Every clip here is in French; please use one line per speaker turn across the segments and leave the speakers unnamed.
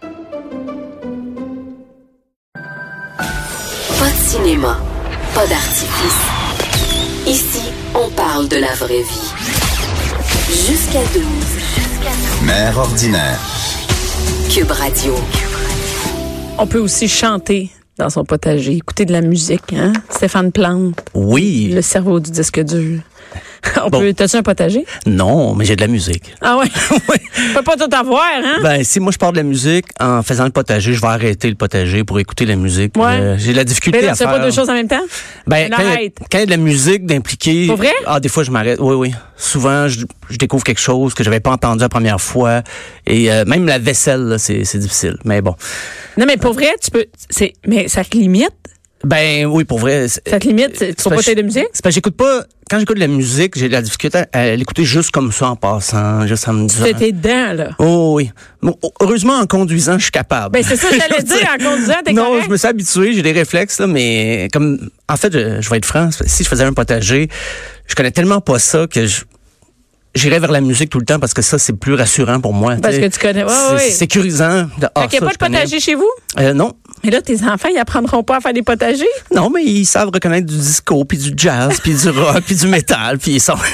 Pas de cinéma, pas d'artifice. Ici, on parle de la vraie vie. Jusqu'à 12.
Mère ordinaire.
Cube Radio.
On peut aussi chanter dans son potager, écouter de la musique, hein? Stéphane Plante,
Oui.
le cerveau du disque dur. On
Bon.
peut. T'as-tu un potager?
Non, mais j'ai de la musique.
Ah ouais? On peut pas tout avoir, hein?
Ben, si moi je pars de la musique en faisant le potager, je vais arrêter le potager pour écouter la musique.
Ouais.
Euh, j'ai de la
Mais
difficulté
là,
à
tu fais
faire.
pas deux choses en même temps?
Ben,
Mais
quand il y a-
arrête.
quand il y a de la musique d'impliquer.
Pour vrai?
Ah, des fois, je m'arrête. Oui, oui. Souvent, je, je découvre quelque chose que j'avais pas entendu la première fois. Et euh, même la vaisselle, là, c'est, c'est difficile. Mais bon.
Non, mais pour vrai, tu peux. C'est. Mais ça te limite.
Ben oui, pour vrai. c'est-
Ça te limite. Tu
Euh, C'est
peux pas
parce que
t'aider de musique?
C'est parce que j'écoute pas. Quand j'écoute de la musique, j'ai de la difficulté à, à l'écouter juste comme ça en passant, juste en me disant.
T'es tes dents, là.
Oh oui. Bon, heureusement, en conduisant, je suis capable.
Ben, c'est ça que j'allais
Je veux
dire, en conduisant, t'es
Non,
correct?
je me suis habitué, j'ai des réflexes, là, mais comme, en fait, je, je vais être franc, si je faisais un potager, je connais tellement pas ça que je, j'irais vers la musique tout le temps parce que ça, c'est plus rassurant pour moi.
Parce
sais.
que tu connais- ouais,
c'est
ouais, ouais.
c'est sécurisant. De, ah,
Fait qu'il n'y
ça,
a pas de
je
potager chez vous?
connais. Euh, non.
Mais là, tes enfants, ils apprendront pas à faire des potagers?
Non, mais ils savent reconnaître du disco, puis du jazz, puis du rock, puis du métal, puis ils sont...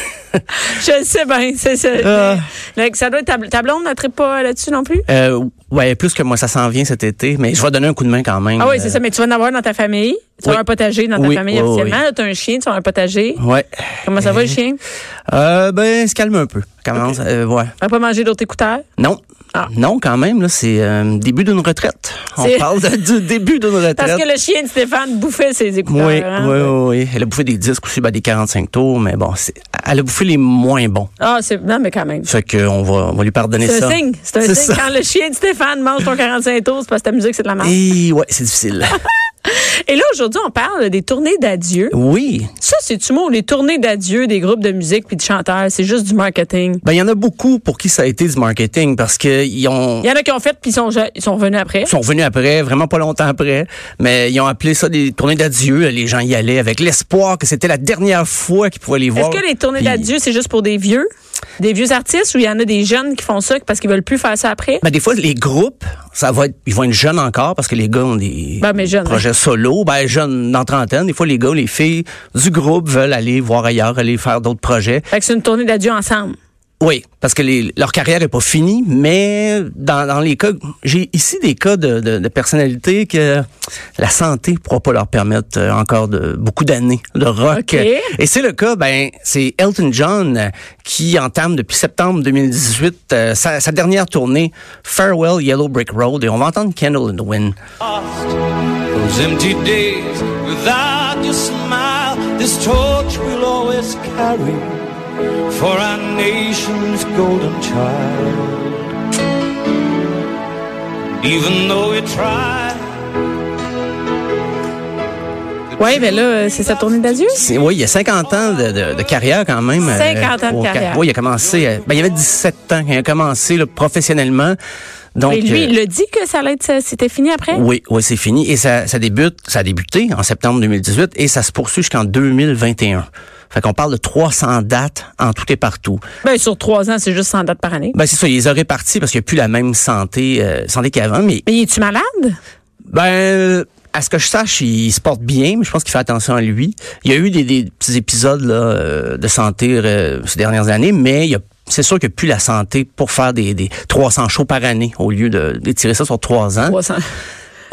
Je le sais bien. C'est ça.
Ah.
Là, que ça doit être ta, ta blonde, n'attrape pas là-dessus non plus?
Euh, ouais, plus que moi, ça s'en vient cet été, mais je vais donner un coup de main quand même.
Ah oui, c'est ça, mais tu vas en avoir dans ta famille. Tu vas avoir
Euh, oui.
un potager dans ta
Oui,
famille
oui, oui.
officiellement. Là, tu as un chien, tu as un potager.
Ouais.
Comment ça va le chien?
Euh, ben, il se calme un peu. Commence, euh, ouais.
On pas mangé d'autres écouteurs?
Non.
Ah.
Non, quand même, là, c'est euh, début d'une retraite. On
C'est-
parle de- du début d'une retraite.
Parce que le chien de Stéphane bouffait ses écouteurs.
oui,
hein?
oui, oui, oui. Elle a bouffé des disques aussi, ben, des 45 tours, mais bon, c'est- elle a bouffé les moins bons.
Ah, c'est. Non, mais quand même.
Fait qu'on va, on va lui pardonner
C'est
ça.
un signe. C'est un
C'est
signe. hein.
ça.
Quand le chien de Stéphane mange ton 45 tours, c'est parce que ta musique, c'est de la merde.
Et ouais, c'est difficile.
Et là, aujourd'hui, on parle des tournées d'adieu.
oui.
Ça, c'est-tu mot? Les tournées d'adieu des groupes de musique puis de chanteurs, c'est juste du marketing.
Ben, il y en a beaucoup pour qui ça a été du marketing parce qu'ils ont.
Il y en a qui ont fait puis ils sont, ja- ils sont revenus après.
Ils sont venus après, vraiment pas longtemps après, mais ils ont appelé ça des tournées d'adieu. Les gens y allaient avec l'espoir que c'était la dernière fois qu'ils pouvaient les voir.
Est-ce que les tournées
Puis-
d'adieu, c'est juste pour des vieux? Des vieux artistes ou il y en a des jeunes qui font ça parce qu'ils veulent plus faire ça après?
Ben, des fois, les groupes, ça va être, ils vont être jeunes encore parce que les gars ont des
Ben, mais jeunes,
projets solo, ben, jeunes dans trentaine. Des fois, les gars, les filles du groupe veulent aller voir ailleurs, aller faire d'autres projets.
hein. Fait que c'est une tournée d'adieu ensemble.
Oui, parce que les- leur carrière est pas finie, mais dans, dans les cas, j'ai ici des cas de, de, de personnalités que la santé pourra pas leur permettre euh, encore de beaucoup d'années de rock.
OK.
Et c'est le cas, ben, c'est Elton John euh, qui entame depuis septembre 2018 euh, sa, sa dernière tournée Farewell Yellow Brick Road et on va entendre Candle in the Wind.
Those empty days without your smile, this torch we'll always carry for our nation's golden child. Even though we try,
Oui, mais là, euh, c'est sa tournée d'adieu?
C'est- Oui, il y a 50 ans de, de- de carrière quand même. euh,
50 ans de
au-
carrière.
Oui, il a commencé, euh, ben, il avait 17 ans quand il a commencé là, professionnellement. Donc,
Et lui,
euh,
il le dit que ça allait être, ça- c'était fini après?
Oui, oui, c'est fini. Et ça, ça débute, ça a débuté en septembre 2018 et ça se poursuit jusqu'en 2021. Fait qu'on parle de 300 dates en tout et partout.
Ben, sur trois ans, c'est juste 100 dates par année.
Ben, c'est ça, ils les ont répartis parce qu'il n'y a plus la même santé, euh, santé qu'avant, mais,
Mais es-tu malade?
ben, à ce que je sache, il se porte bien, mais je pense qu'il fait attention à lui. Il y a eu des, des petits épisodes, là, euh, de santé euh, ces dernières années, mais il y a c'est sûr qu'il n'y a plus la santé pour faire des, des 300 shows par année au lieu de, de tirer ça sur trois ans.
300.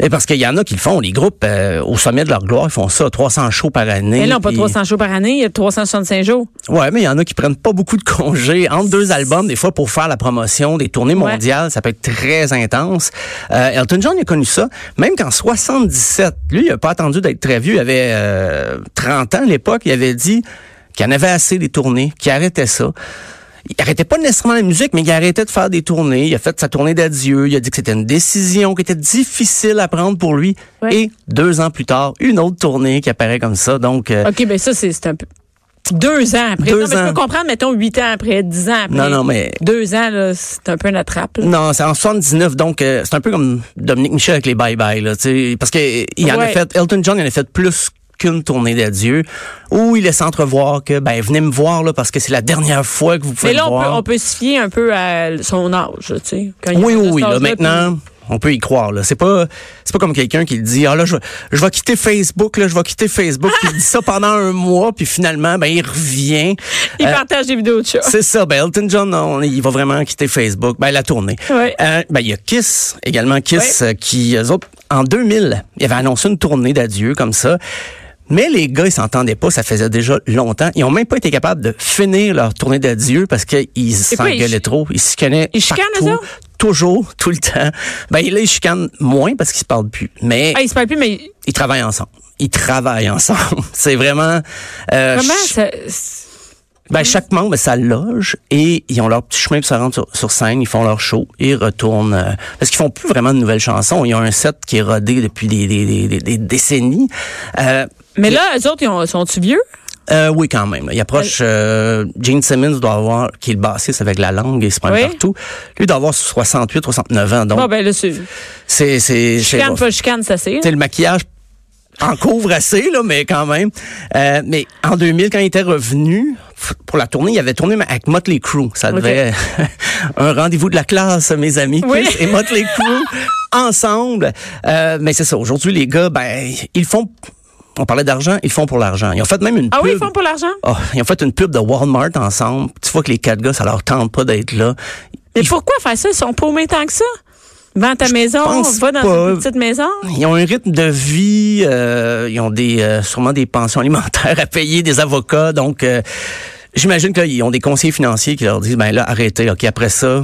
Et parce qu'il y en a qui le font, les groupes euh, au sommet de leur gloire, ils font ça 300 shows par année.
Mais Eh non, pas
puis-
300 jours par année, il y a 365 jours.
Ouais, mais il y en a qui prennent pas beaucoup de congés entre deux albums des fois pour faire la promotion des tournées
Ouais.
mondiales, ça peut être très intense. Euh, Elton John il a connu ça, même qu'en 77, lui il a pas attendu d'être très vieux, il avait euh, 30 ans à l'époque, il avait dit qu'il en avait assez des tournées, qu'il arrêtait ça. il arrêtait pas nécessairement la musique, mais il arrêtait de faire des tournées. Il a fait sa tournée d'adieu. Il a dit que c'était une décision qui était difficile à prendre pour lui.
Ouais.
Et deux ans plus tard, une autre tournée qui apparaît comme ça. Donc, euh,
OK, ben ça, c'est c'est un peu. Deux ans après.
Deux
non, mais je
ans.
peux comprendre, mettons, huit ans après, dix ans après.
Non, non, mais-
Deux ans, là, c'est un peu une attrape. là.
non, c'est en 79, donc euh, c'est un peu comme Dominique Michel avec les bye-bye, là, tu sais, parce que euh, il en a
Ouais.
fait, Elton John, il en a fait plus qu'une tournée d'adieu, où il laisse entrevoir que, ben, venez me voir, là, parce que c'est la dernière fois que vous pouvez
Mais là,
me
on peut,
voir.
on peut se fier un peu à son âge, tu sais. quand il
Oui,
est
oui,
de cet
oui. Là,
âge-là,
maintenant, on peut y croire. Là, c'est pas, c'est pas comme quelqu'un qui dit, ah là, je, vais- je vais quitter Facebook, là, je vais quitter Facebook. puis il dit ça pendant un mois, puis finalement, ben il revient.
puis Il
Euh,
partage des vidéos de chat.
c'est ça. Ben Elton John, non, il va vraiment quitter Facebook. Ben la tournée.
Ouais.
Euh, ben il y a Kiss également, Kiss euh, qui eux autres en 2000, ils avaient annoncé une tournée d'adieu comme ça. Mais les gars, ils s'entendaient pas, ça faisait déjà longtemps. Ils ont même pas été capables de finir leur tournée d'adieu parce qu'ils
quoi, ils
s'engueulaient
chi-
trop. Ils se connaissaient
Ils chicanent,
partout,
eux autres?
toujours, tout le temps. Ben là, ils chicanent moins parce qu'ils se parlent plus. Mais
Ah, il se parle plus, mais
ils travaillent ensemble. Ils travaillent ensemble. C'est vraiment... euh,
comment
ch-
ça. c'est-
ben, chaque membre ben, ça loge et ils ont leur petit chemin pour se rendre sur, sur scène, ils font leur show et ils retournent. euh, parce qu'ils font plus vraiment de nouvelles chansons. Ils ont un set qui est rodé depuis des, des, des, des- des décennies. Euh,
Mais là, eux autres, ils ont- sont-tu vieux?
euh, oui, quand même. là. Il approche. euh, Gene Simmons doit avoir, qui est le bassiste avec la langue, il se prend
Oui.
partout. Lui doit avoir 68, 69 ans. Donc,
Bon, ben là, c'est.
c'est, c'est, c'est
Chicane,
rough.
pas chicane, ça c'est.
Tu sais, le maquillage en couvre assez, là, mais quand même. Euh, mais en 2000, quand il était revenu, f- pour la tournée, il avait tourné avec Motley Crue. Ça
Ok.
devait un rendez-vous de la classe, mes amis.
Oui.
Kiss et Motley Crue ensemble. Euh, mais c'est ça. Aujourd'hui, les gars, ben, ils font... On parlait d'argent, ils font pour l'argent. Ils ont fait même une
Ah oui, ils
pub.
font pour l'argent?
Ah, ils ont fait une pub de Walmart ensemble. Tu vois que les quatre gars, ça leur tente pas d'être là.
Mais
Ils-
pourquoi faire ça? Ils sont paumés tant que ça? Vends ta maison,
pense
va dans
pas.
une petite maison.
Ils ont un rythme de vie, euh, ils ont des euh, sûrement des pensions alimentaires à payer, des avocats, donc euh, j'imagine qu'ils ont des conseillers financiers qui leur disent ben là arrêtez, ok après ça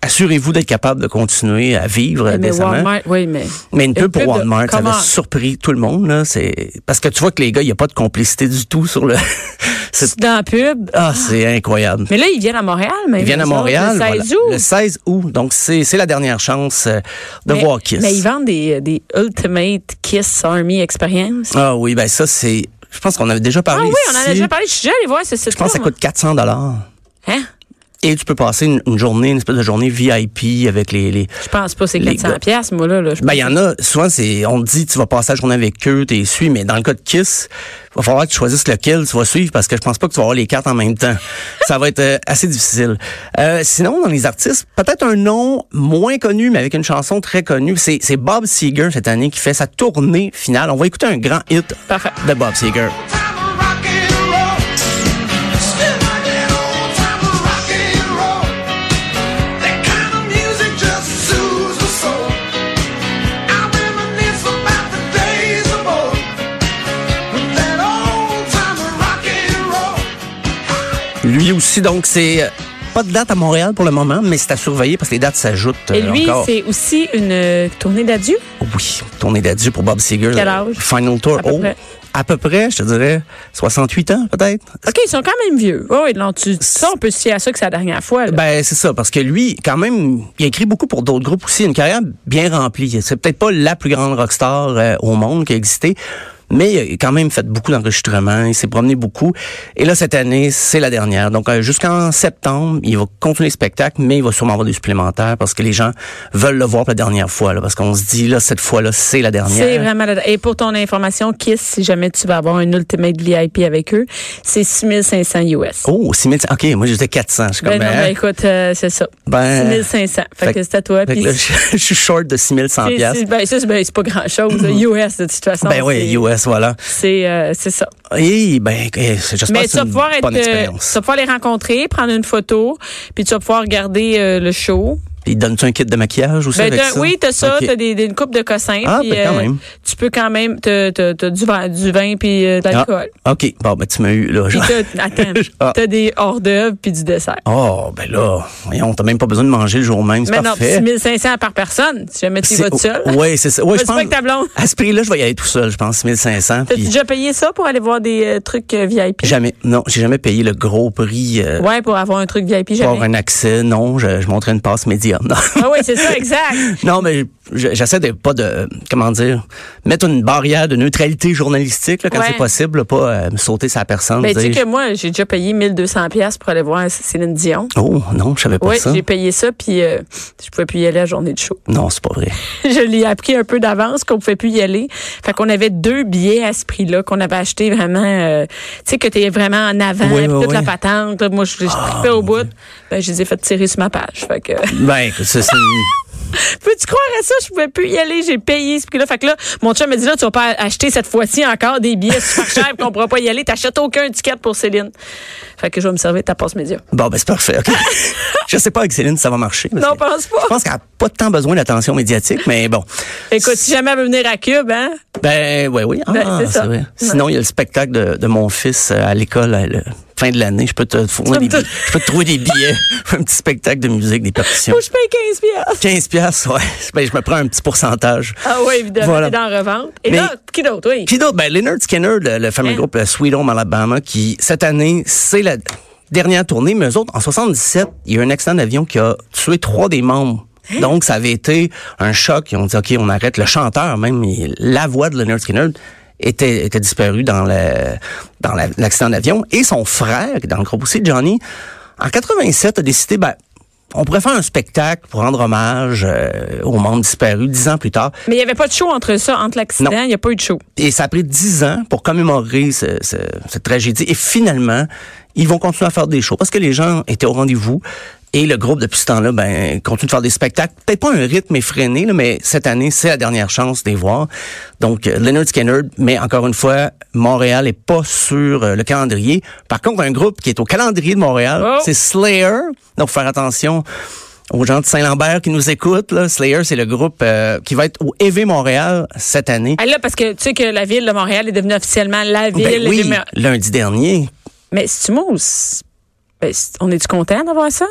assurez-vous d'être capable de continuer à vivre euh,
mais
décemment.
Walmart, oui, mais.
Mais une pub pour
pub de-
Walmart, ça
comment?
avait surpris tout le monde là, c'est parce que tu vois que les gars il y a pas de complicité du tout sur le. c'est-
Dans la pub.
Ah c'est incroyable.
Mais là, ils viennent à Montréal, mais.
Ils viennent à
eux autres,
Montréal
Le 16 août.
voilà, le 16 août, donc c'est c'est la dernière chance euh, de
mais,
voir Kiss.
Mais ils vendent des, des Ultimate Kiss Army Experience.
Ah oui, ben ça c'est. Je pense qu'on avait déjà
Ah
parlé.
oui, on en a
ici.
déjà parlé. Je suis déjà allée voir ce site
Je pense que ça coûte 400 dollars.
Hein?
Et tu peux passer une, une journée, une espèce de journée VIP avec les. les...
Je pense pas, c'est
Les
400
gars.
piastres, moi, là. là. Je
Ben,
pense-
il y en a, souvent, c'est, on te dit, tu vas passer la journée avec eux, t'es suis, mais dans le cas de Kiss, il va falloir que tu choisisses lequel tu vas suivre parce que je pense pas que tu vas avoir les quatre en même temps. ça va être euh, assez difficile. Euh, sinon, dans les artistes, peut-être un nom moins connu, mais avec une chanson très connue, c'est, c'est Bob Seger cette année qui fait sa tournée finale. On va écouter un grand hit
Parfait.
de Bob Seger. Lui aussi, donc, c'est euh, pas de date à Montréal pour le moment, mais c'est à surveiller parce que les dates s'ajoutent
Et
euh,
lui,
encore.
c'est aussi une euh, tournée d'adieu.
Oui, tournée d'adieu pour Bob Seger.
Quel
le
âge?
Final Tour.
À peu
oh,
près.
à peu près, je te dirais 68 ans, peut-être.
OK, ils sont quand même vieux. Oui, oui, non, tu- ça, on peut se fier à ça que c'est la dernière fois. là.
Ben, c'est ça, parce que lui, quand même, il a écrit beaucoup pour d'autres groupes aussi. Une carrière bien remplie. C'est peut-être pas la plus grande rockstar euh, au monde qui a existé, mais il a quand même fait beaucoup d'enregistrements. Il s'est promené beaucoup. Et là, cette année, c'est la dernière. Donc, euh, jusqu'en septembre, il va continuer le spectacle, mais il va sûrement avoir des supplémentaires parce que les gens veulent le voir pour la dernière fois. Là, parce qu'on se dit, là, cette fois-là, c'est la dernière.
C'est vraiment la- Et pour ton information, Kiss, si jamais tu vas avoir un Ultimate VIP avec eux, c'est 6500 US.
Oh, 6000. OK, moi, j'étais 400. Je suis comme,
Ben, non,
hein?
ben, écoute, euh, c'est ça.
Ben,
6500. Fait,
fait-
que c'est à toi.
Fait que
puis
là, je, je suis short de 6100
c'est-
piastres.
c'est- ben, ça, c'est ben, c'est pas grand-chose. là. US, de toute façon.
Ben oui,
c'est-
US, voilà.
C'est euh, c'est ça.
Et ben, eh, j'espère
Mais
que
tu
c'est
vas
une
pouvoir être, euh,
bonne
tu
expérience.
vas pouvoir les rencontrer, prendre une photo, puis tu vas pouvoir regarder euh, le show.
Ils donnent-tu un kit de maquillage aussi
Ben,
avec
t'as-
ça?
oui, t'as ça,
Ok.
t'as des, des- une coupe de cossins.
Ah,
puis, euh,
ben, quand même.
Tu peux quand même te, te, te- du, vin, du vin puis euh, de l'alcool.
Ah, OK. Bon, ben, tu m'as eu, là.
Puis
genre.
t'as, attends,
Ah.
t'as des hors d'œuvre puis du dessert.
Oh, ben là, voyons, t'as même pas besoin de manger le jour même, c'est
Mais non,
parfait.
6500 par personne. Si jamais tu y vas tout seul.
Oui, c'est ça. Ouais,
Vas-tu
je
pas
pense,
avec ta blonde?
à ce prix-là, je vais y aller tout seul, je pense, 1500.
T'as-tu
Puis
déjà payé ça pour aller voir des euh, trucs euh, VIP?
jamais, non, j'ai jamais payé le gros prix euh,
Ouais, pour avoir un truc VIP,
pour
jamais.
un accès. Non, je, je montrais une passe médium. Non,
Ah oui, c'est ça, exact.
Non, mais je- j'essaie de pas de, comment dire, mettre une barrière de neutralité journalistique là, quand
Ouais.
c'est possible, là, pas euh, me sauter sa personne.
Ben, tu sais
dire,
que moi, j'ai déjà payé 1200 pièces pour aller voir Céline Dion.
Oh, non, je savais pas
Oui,
ça.
j'ai payé ça, puis euh, je pouvais plus y aller la journée de show.
Non, c'est pas vrai.
je l'ai appris un peu d'avance qu'on pouvait plus y aller. Fait qu'on avait deux billets à ce prix-là qu'on avait acheté vraiment, euh, tu sais, que t'es vraiment en avant,
Oui,
puis
oui,
toute la
oui. Ah,
patente. là. moi, je, je tripais au bout. Ben, je les ai fait tirer sur ma page. Fait que...
Ben, écoute, ça, c'est...
Peux-tu croire à ça? Je pouvais plus y aller. J'ai payé ce prix-là. Fait que là, mon chum m'a dit, là, tu vas pas acheter cette fois-ci encore des billets super chers qu'on pourra pas y aller. T'achètes aucun ticket pour Céline. Fait que je vais me servir de ta passe média.
Bon, ben c'est parfait. ok. je sais pas avec Céline si ça va marcher. parce
Non,
que
pense pas.
Je pense qu'elle n'a pas tant besoin d'attention médiatique, mais bon.
Écoute, si jamais elle veut venir à Cube, hein?
Ben oui, oui. Ah,
Ben, c'est
c'est
ça.
vrai. Sinon, il y a le spectacle de, de mon fils euh, à l'école à la fin de l'année. Je peux te fournir
Tu
des
vas me
billets. Je peux te trouver des billets. Un petit spectacle de musique, des percussions.
Faut que je paye 15 piastres.
15 piastres, ouais. Ben, je me prends un petit pourcentage.
Ah oui, évidemment,
Voilà.
t'es dans la revente. Et
Mais-
là, qui d'autre? Oui.
Qui d'autre? Ben, Leonard Skinner, le, le fameux
Hein?
groupe euh, Sweet Home Alabama, qui, cette année, c'est la dernière tournée, mais eux autres, en 77, il y a eu un accident d'avion qui a tué trois des membres.
Hein?
Donc, ça avait été un choc. Ils ont dit, OK, on arrête. Le chanteur, même, il- la voix de Leonard Skinner était, était disparue dans le, dans la- l'accident d'avion. Et son frère, qui est dans le groupe aussi, Johnny, en 87, a décidé, ben, on pourrait faire un spectacle pour rendre hommage euh, aux membres disparus dix ans plus tard.
Mais il n'y avait pas de show entre ça, entre l'accident.
Non.
Il n'y a pas eu de show.
Et ça a pris dix ans pour commémorer ce- ce- cette tragédie. Et finalement, ils vont continuer à faire des shows parce que les gens étaient au rendez-vous. Et le groupe, depuis ce temps-là, ben, continue de faire des spectacles. Peut-être pas un rythme effréné, là, mais cette année, c'est la dernière chance de les voir. Donc, euh, Leonard Skinner, mais encore une fois, Montréal est pas sur euh, le calendrier. Par contre, un groupe qui est au calendrier de Montréal,
Oh.
c'est Slayer. Donc, faut faire attention aux gens de Saint-Lambert qui nous écoutent. là. Slayer, c'est le groupe euh, qui va être au EV Montréal cette année.
Ah, là, parce que tu sais que la ville de Montréal est devenue officiellement la ville.
Ben oui,
des-
lundi dernier.
Mais si tu mousses, ben, si- on est-tu content d'avoir ça?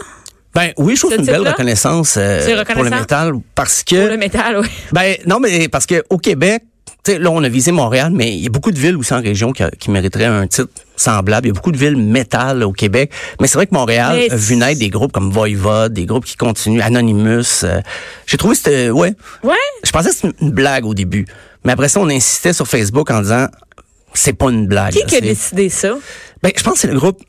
Ben oui, je trouve
Ce
que c'est une belle
type-là?
reconnaissance euh,
C'est
pour le
reconnaissant?
métal parce
Pour
que
le métal, oui.
ben non mais parce que au Québec, tu sais là on a visé Montréal mais il y a beaucoup de villes aussi en région qui, a- qui mériteraient un titre semblable, il y a beaucoup de villes métal au Québec, mais c'est vrai que Montréal
Mais
a vu
c'est-
naître des groupes comme Voivod, des groupes qui continuent Anonymous. euh, J'ai trouvé que c'était ouais,
Ouais.
je pensais que c'était une blague au début, mais après ça on insistait sur Facebook en disant c'est pas une blague.
Qui
là,
qui a
c'est-
décidé ça?
Ben, je pense que c'est le groupe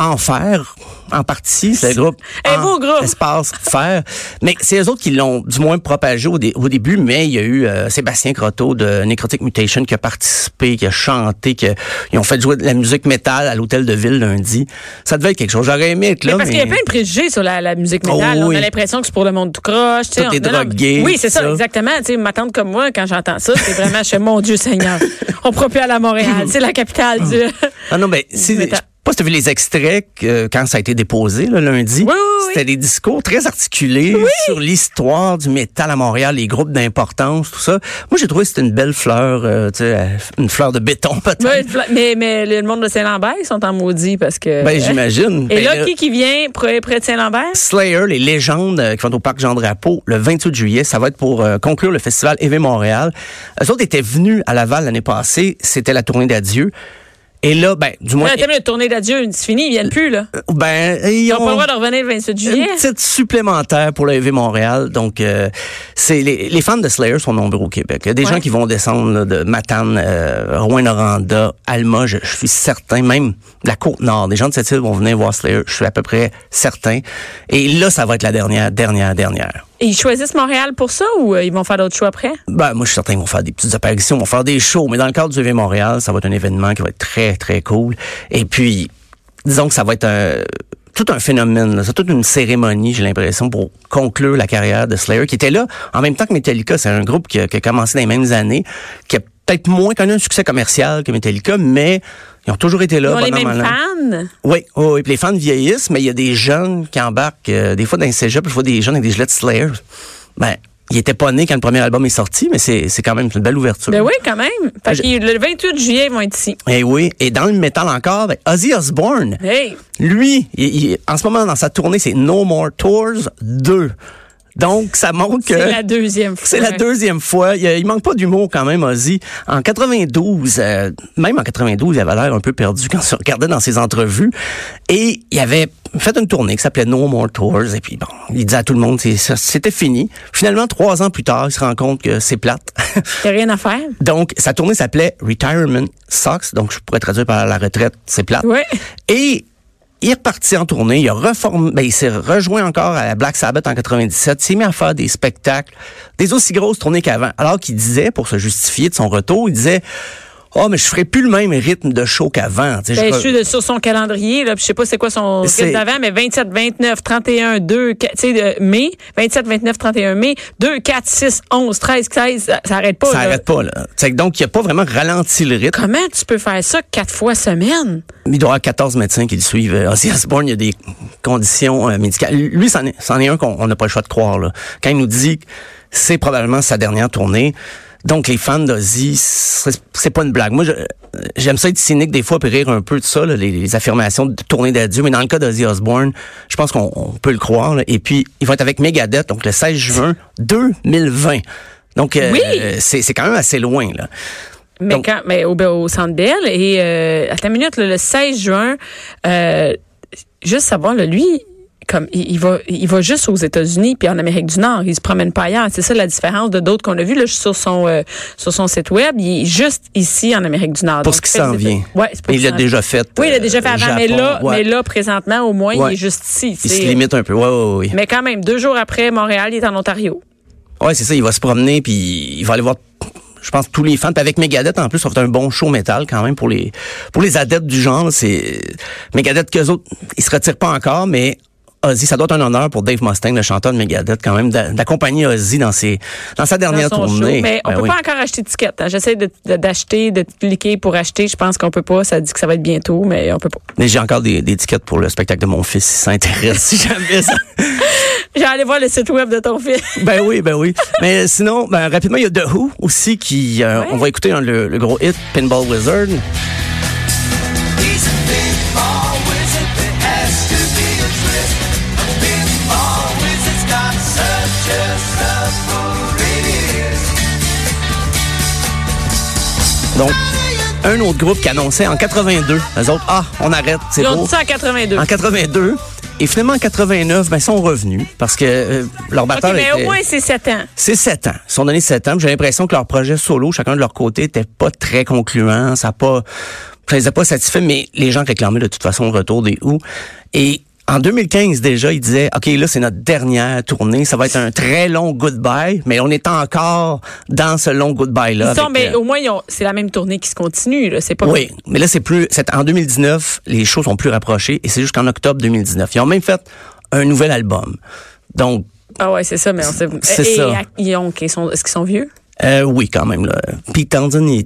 Enfer, en partie, c'est le groupe
Un beau
En-
groupe.
Espace Fer. Mais c'est eux autres qui l'ont du moins propagé au, dé- au début, mais il y a eu euh, Sébastien Croteau de Necrotic Mutation qui a participé, qui a chanté, qui a- ils ont fait jouer de la musique métal à l'hôtel de ville lundi. Ça devait être quelque chose. J'aurais aimé être là,
Mais
mais...
parce qu'il y a plein de préjugés sur la, la musique
Oh
métal. On
oui.
a l'impression que c'est pour le monde tout croche. tu sais,
Tout
on-
est
non, non,
drogué,
Oui, c'est ça,
ça.
exactement. Tu sais, ma tante comme moi, quand j'entends ça, c'est vraiment, je fais, mon Dieu Seigneur, on pourra plus aller à Montréal. C'est la capitale du...
Ah non, ben, si, je sais
Métal.
pas si t'as vu les extraits que, euh, quand ça a été déposé là, lundi.
Oui, oui, oui.
C'était des discours très articulés sur l'histoire du métal à Montréal, les groupes d'importance, tout ça. Moi, j'ai trouvé que c'était une belle fleur, euh, tu sais, euh, une fleur de béton peut-être.
Ouais, mais, mais le monde de Saint-Lambert, ils sont en maudit parce que... euh,
Ben, j'imagine.
Et
Ben,
là,
là-
qui qui vient près, près de Saint-Lambert?
Slayer, les légendes euh, qui vont au parc Jean Drapeau le 28 juillet. Ça va être pour euh, conclure le festival EV Montréal. Eux autres étaient venus à Laval l'année passée. C'était la tournée d'adieu. Et là, ben, du moins,
Là, t'as mis le tournée d'adieu, c'est fini, ils viennent plus, là.
ben,
Ils n'ont pas le droit de revenir le 28 juillet.
Une petite supplémentaire pour le EV Montréal. Donc, euh, c'est les, les fans de Slayer sont nombreux au Québec. Il y a des
Ouais.
gens qui vont descendre là, de Matane, euh, Rouyn-Noranda, Alma, je, je suis certain, même de la Côte-Nord. Des gens de cette île vont venir voir Slayer, je suis à peu près certain. Et là, ça va être la dernière, dernière, dernière.
Et ils choisissent Montréal pour ça ou euh, ils vont faire d'autres choix après?
Ben, moi, je suis certain qu'ils vont faire des petites apparitions, ils vont faire des shows, mais dans le cadre du EV Montréal, ça va être un événement qui va être très, très cool. Et puis, disons que ça va être un, tout un phénomène, là. c'est toute une cérémonie, j'ai l'impression, pour conclure la carrière de Slayer, qui était là en même temps que Metallica. C'est un groupe qui a, qui a commencé dans les mêmes années, qui a peut-être moins connu un succès commercial que Metallica, mais ils ont toujours été là.
Ils ont les
pendant
mêmes
longtemps.
fans?
Oui, oui, oui. Puis les fans vieillissent, mais il y a des jeunes qui embarquent. euh, des fois, dans les cégeps, je vois des jeunes avec des gilets de Slayer. Ben, il était pas né quand le premier album est sorti, mais c'est c'est quand même une belle ouverture.
Ben oui, quand même.
Ah,
Fait que le 28 juillet, ils vont être ici.
Et oui, et dans le métal encore, ben, Ozzy Osbourne,
Hey!
lui, il- il- en ce moment, dans sa tournée, c'est No More Tours 2. Donc, ça montre que...
C'est la deuxième fois.
C'est la deuxième fois. Il, il manque pas d'humour quand même, Ozzy. En 92, euh, même en 92, il avait l'air un peu perdu quand on se regardait dans ses entrevues. Et il avait fait une tournée qui s'appelait No More Tours. Et puis bon, il disait à tout le monde, c'est- ça- c'était fini. Finalement, trois ans plus tard, il se rend compte que c'est plate.
T'as rien à faire.
donc, sa tournée s'appelait Retirement Sucks. Donc, je pourrais traduire par la retraite, c'est plate.
Ouais.
Et il est reparti en tournée, il a reformé, ben, il s'est rejoint encore à Black Sabbath en 97, il s'est mis à faire des spectacles, des aussi grosses tournées qu'avant. Alors qu'il disait, pour se justifier de son retour, il disait, oh, mais je ferai plus le même rythme de show qu'avant. Tu sais,
Ben,
je-
je suis de- sur son calendrier, là, puis je sais pas c'est quoi son
C'est-
rythme d'avant, mais 27, 29, 31, 2, 4, tu sais, de mai, 27, 29, 31 mai, 2, 4, 6, 11, 13, 16, ça, ça arrête pas.
ça
là.
arrête pas, là. Tu sais, donc, il a pas vraiment ralenti le rythme.
Comment tu peux faire ça quatre fois semaine?
Il doit y avoir 14 médecins qui le suivent. Euh, Ozzy Osbourne, il y a des conditions euh, médicales. Lui, c'en est, c'en est un qu'on on n'a pas le choix de croire. Là. Quand il nous dit que c'est probablement sa dernière tournée, donc les fans d'Ozzy, c'est c'est pas une blague. Moi, je- euh, j'aime ça être cynique des fois, puis rire un peu de ça, là, les, les affirmations de tournée d'adieu. Mais dans le cas d'Ozzy Osbourne, je pense qu'on on peut le croire. là. Et puis, il va être avec Megadeth, donc le 16 juin 2020. Donc, euh,
Oui!
c'est c'est quand même assez loin. Là.
Mais
Donc-
quand, mais au, ben, au Centre Bell et euh, à ta minute là, le 16 juin, euh, juste savoir là, lui comme il, il va il va juste aux États-Unis puis en Amérique du Nord, il se promène pas ailleurs, c'est ça la différence de d'autres qu'on a vu là je suis sur son euh, sur son site web, il est juste ici en Amérique du Nord.
Pour
Donc,
ce qui
il fait
s'en
les États-
vient.
Ouais, c'est pour
Il
ce qui
l'a
s'en-
déjà fait.
Oui, il l'a déjà
euh,
fait avant,
au
mais
Japon.
là
Ouais.
mais là présentement au moins
Ouais.
il est juste ici,
Il
tu
se
sais.
limite un peu. Ouais, ouais, ouais.
Mais quand même deux jours après Montréal, il est en Ontario.
Ouais, c'est ça. Il va se promener puis il va aller voir. Je pense tous les fans. Puis avec Megadeth en plus, ça va être un bon show métal quand même pour les pour les adeptes du genre. là, C'est Megadeth qu'eux autres, ils se retirent pas encore, mais Ozzy, ça doit être un honneur pour Dave Mustaine, le chanteur de Megadeth, quand même, d'a- d'accompagner Ozzy dans ses dans sa
dans
dernière
son
tournée.
show, mais on
Ben
peut
oui.
pas encore acheter d'étiquette. hein. J'essaie de- de- d'acheter, de, cliquer pour acheter. Je pense qu'on peut pas. Ça dit que ça va être bientôt, mais on peut pas.
Mais j'ai encore des, des tickets pour le spectacle de mon fils, si ça intéresse, si jamais ça.
J'ai allé voir le site web de ton film.
Ben oui, ben oui. Mais sinon, ben, rapidement, il y a The Who aussi qui, euh,
Ouais.
on va écouter hein, le, le gros hit Pinball Wizard. Donc, un autre groupe qui annonçait en 82. Les autres, ah, on arrête, c'est
Ils ont
beau.
dit ça en 82.
En 82. Et finalement, en 89, ben, ils sont revenus parce que euh, leur
OK,
batteur
mais au
était-
moins, c'est 7 ans.
c'est sept ans. Ils se sont donnés sept ans. puis J'ai l'impression que leur projet solo, chacun de leur côté, était pas très concluant. Ça a pas, ça les a pas satisfaits, mais les gens réclamaient de toute façon le retour des Who. Et en 2015 déjà, ils disaient, OK, là, c'est notre dernière tournée. Ça va être un très long goodbye, mais on est encore dans ce long goodbye-là.
Ils sont,
avec,
mais
euh,
au moins, ils ont- c'est la même tournée qui se continue. là. C'est pas
oui, mais là, c'est plus. c'est- En 2019, les choses sont plus rapprochées et c'est jusqu'en octobre 2019. Ils ont même fait un nouvel album. Donc,
Ah ouais, c'est ça, mais on sait.
C'est
Et- et
ça.
à- ils ont- qu'ils sont- Est-ce qu'ils sont vieux?
Euh, oui, quand même. Là. Pete Townsend, il,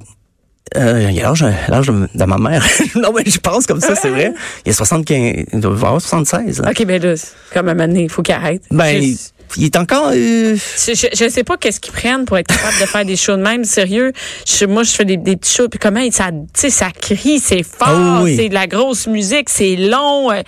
euh, il a l'âge l'âge de, de ma mère. non, mais je pense comme ça, c'est vrai. Il a 75, il doit avoir 76. Là.
OK, ben là, c'est comme à un moment donné, il faut qu'ils arrêtent.
Ben, il,
Je-
il est encore... euh,
Je, je, je sais pas qu'est-ce qu'ils prennent pour être capable de faire des shows de même. Sérieux, je, moi, je fais des, des petits shows, puis comment ils- ça, tu sais, ça crie, c'est fort,
Ah oui.
c'est de la grosse musique, c'est long. euh,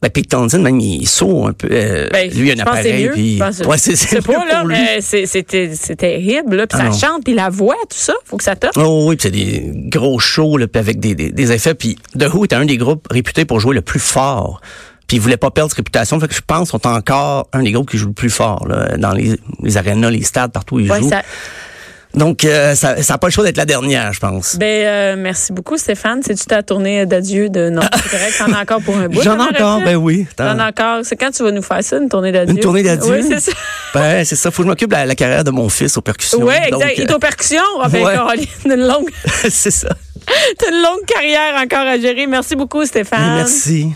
ben, Pete Townsend, même, il saute un peu. Euh,
ben,
lui, il a un
je pense que c'est
appareil.
mieux.
puis-
Je pense que-
ouais, c'est
je
c'est
sais
mieux
pas, là,
pour lui.
mais c'est- c'était- c'est terrible. Là, puis
Ah
ça
non.
chante, puis la voix, tout ça, faut que ça tape.
Oh oui, puis c'est des gros shows là, puis avec des, des, des effets. Puis The Who était un des groupes réputés pour jouer le plus fort. Puis ils voulaient pas perdre cette réputation. Fait que je pense qu'ils sont encore un des groupes qui joue le plus fort là, dans les, les arénas, les stades, partout où ils
Ouais,
jouent.
ça-
Donc, euh, ça n'a pas le choix d'être la dernière, je pense.
ben, euh, merci beaucoup, Stéphane. C'est-tu ta tournée d'adieu de. Non, c'est correct, t'en as encore pour un bout.
J'en
t'en
ai encore,
aurais-tu?
ben oui. t'en-
T'en as encore. C'est quand tu vas nous faire ça, une tournée d'adieu?
Une tournée d'adieu.
Oui, c'est ça.
Ben, c'est ça. Faut que je m'occupe de la, la carrière de mon fils aux percussions.
Oui,
Donc,
exact.
euh,
Il est aux percussions. Ah, ben,
ouais.
Caroline, une longue.
c'est ça.
T'as une longue carrière encore à gérer. Merci beaucoup, Stéphane.
Merci.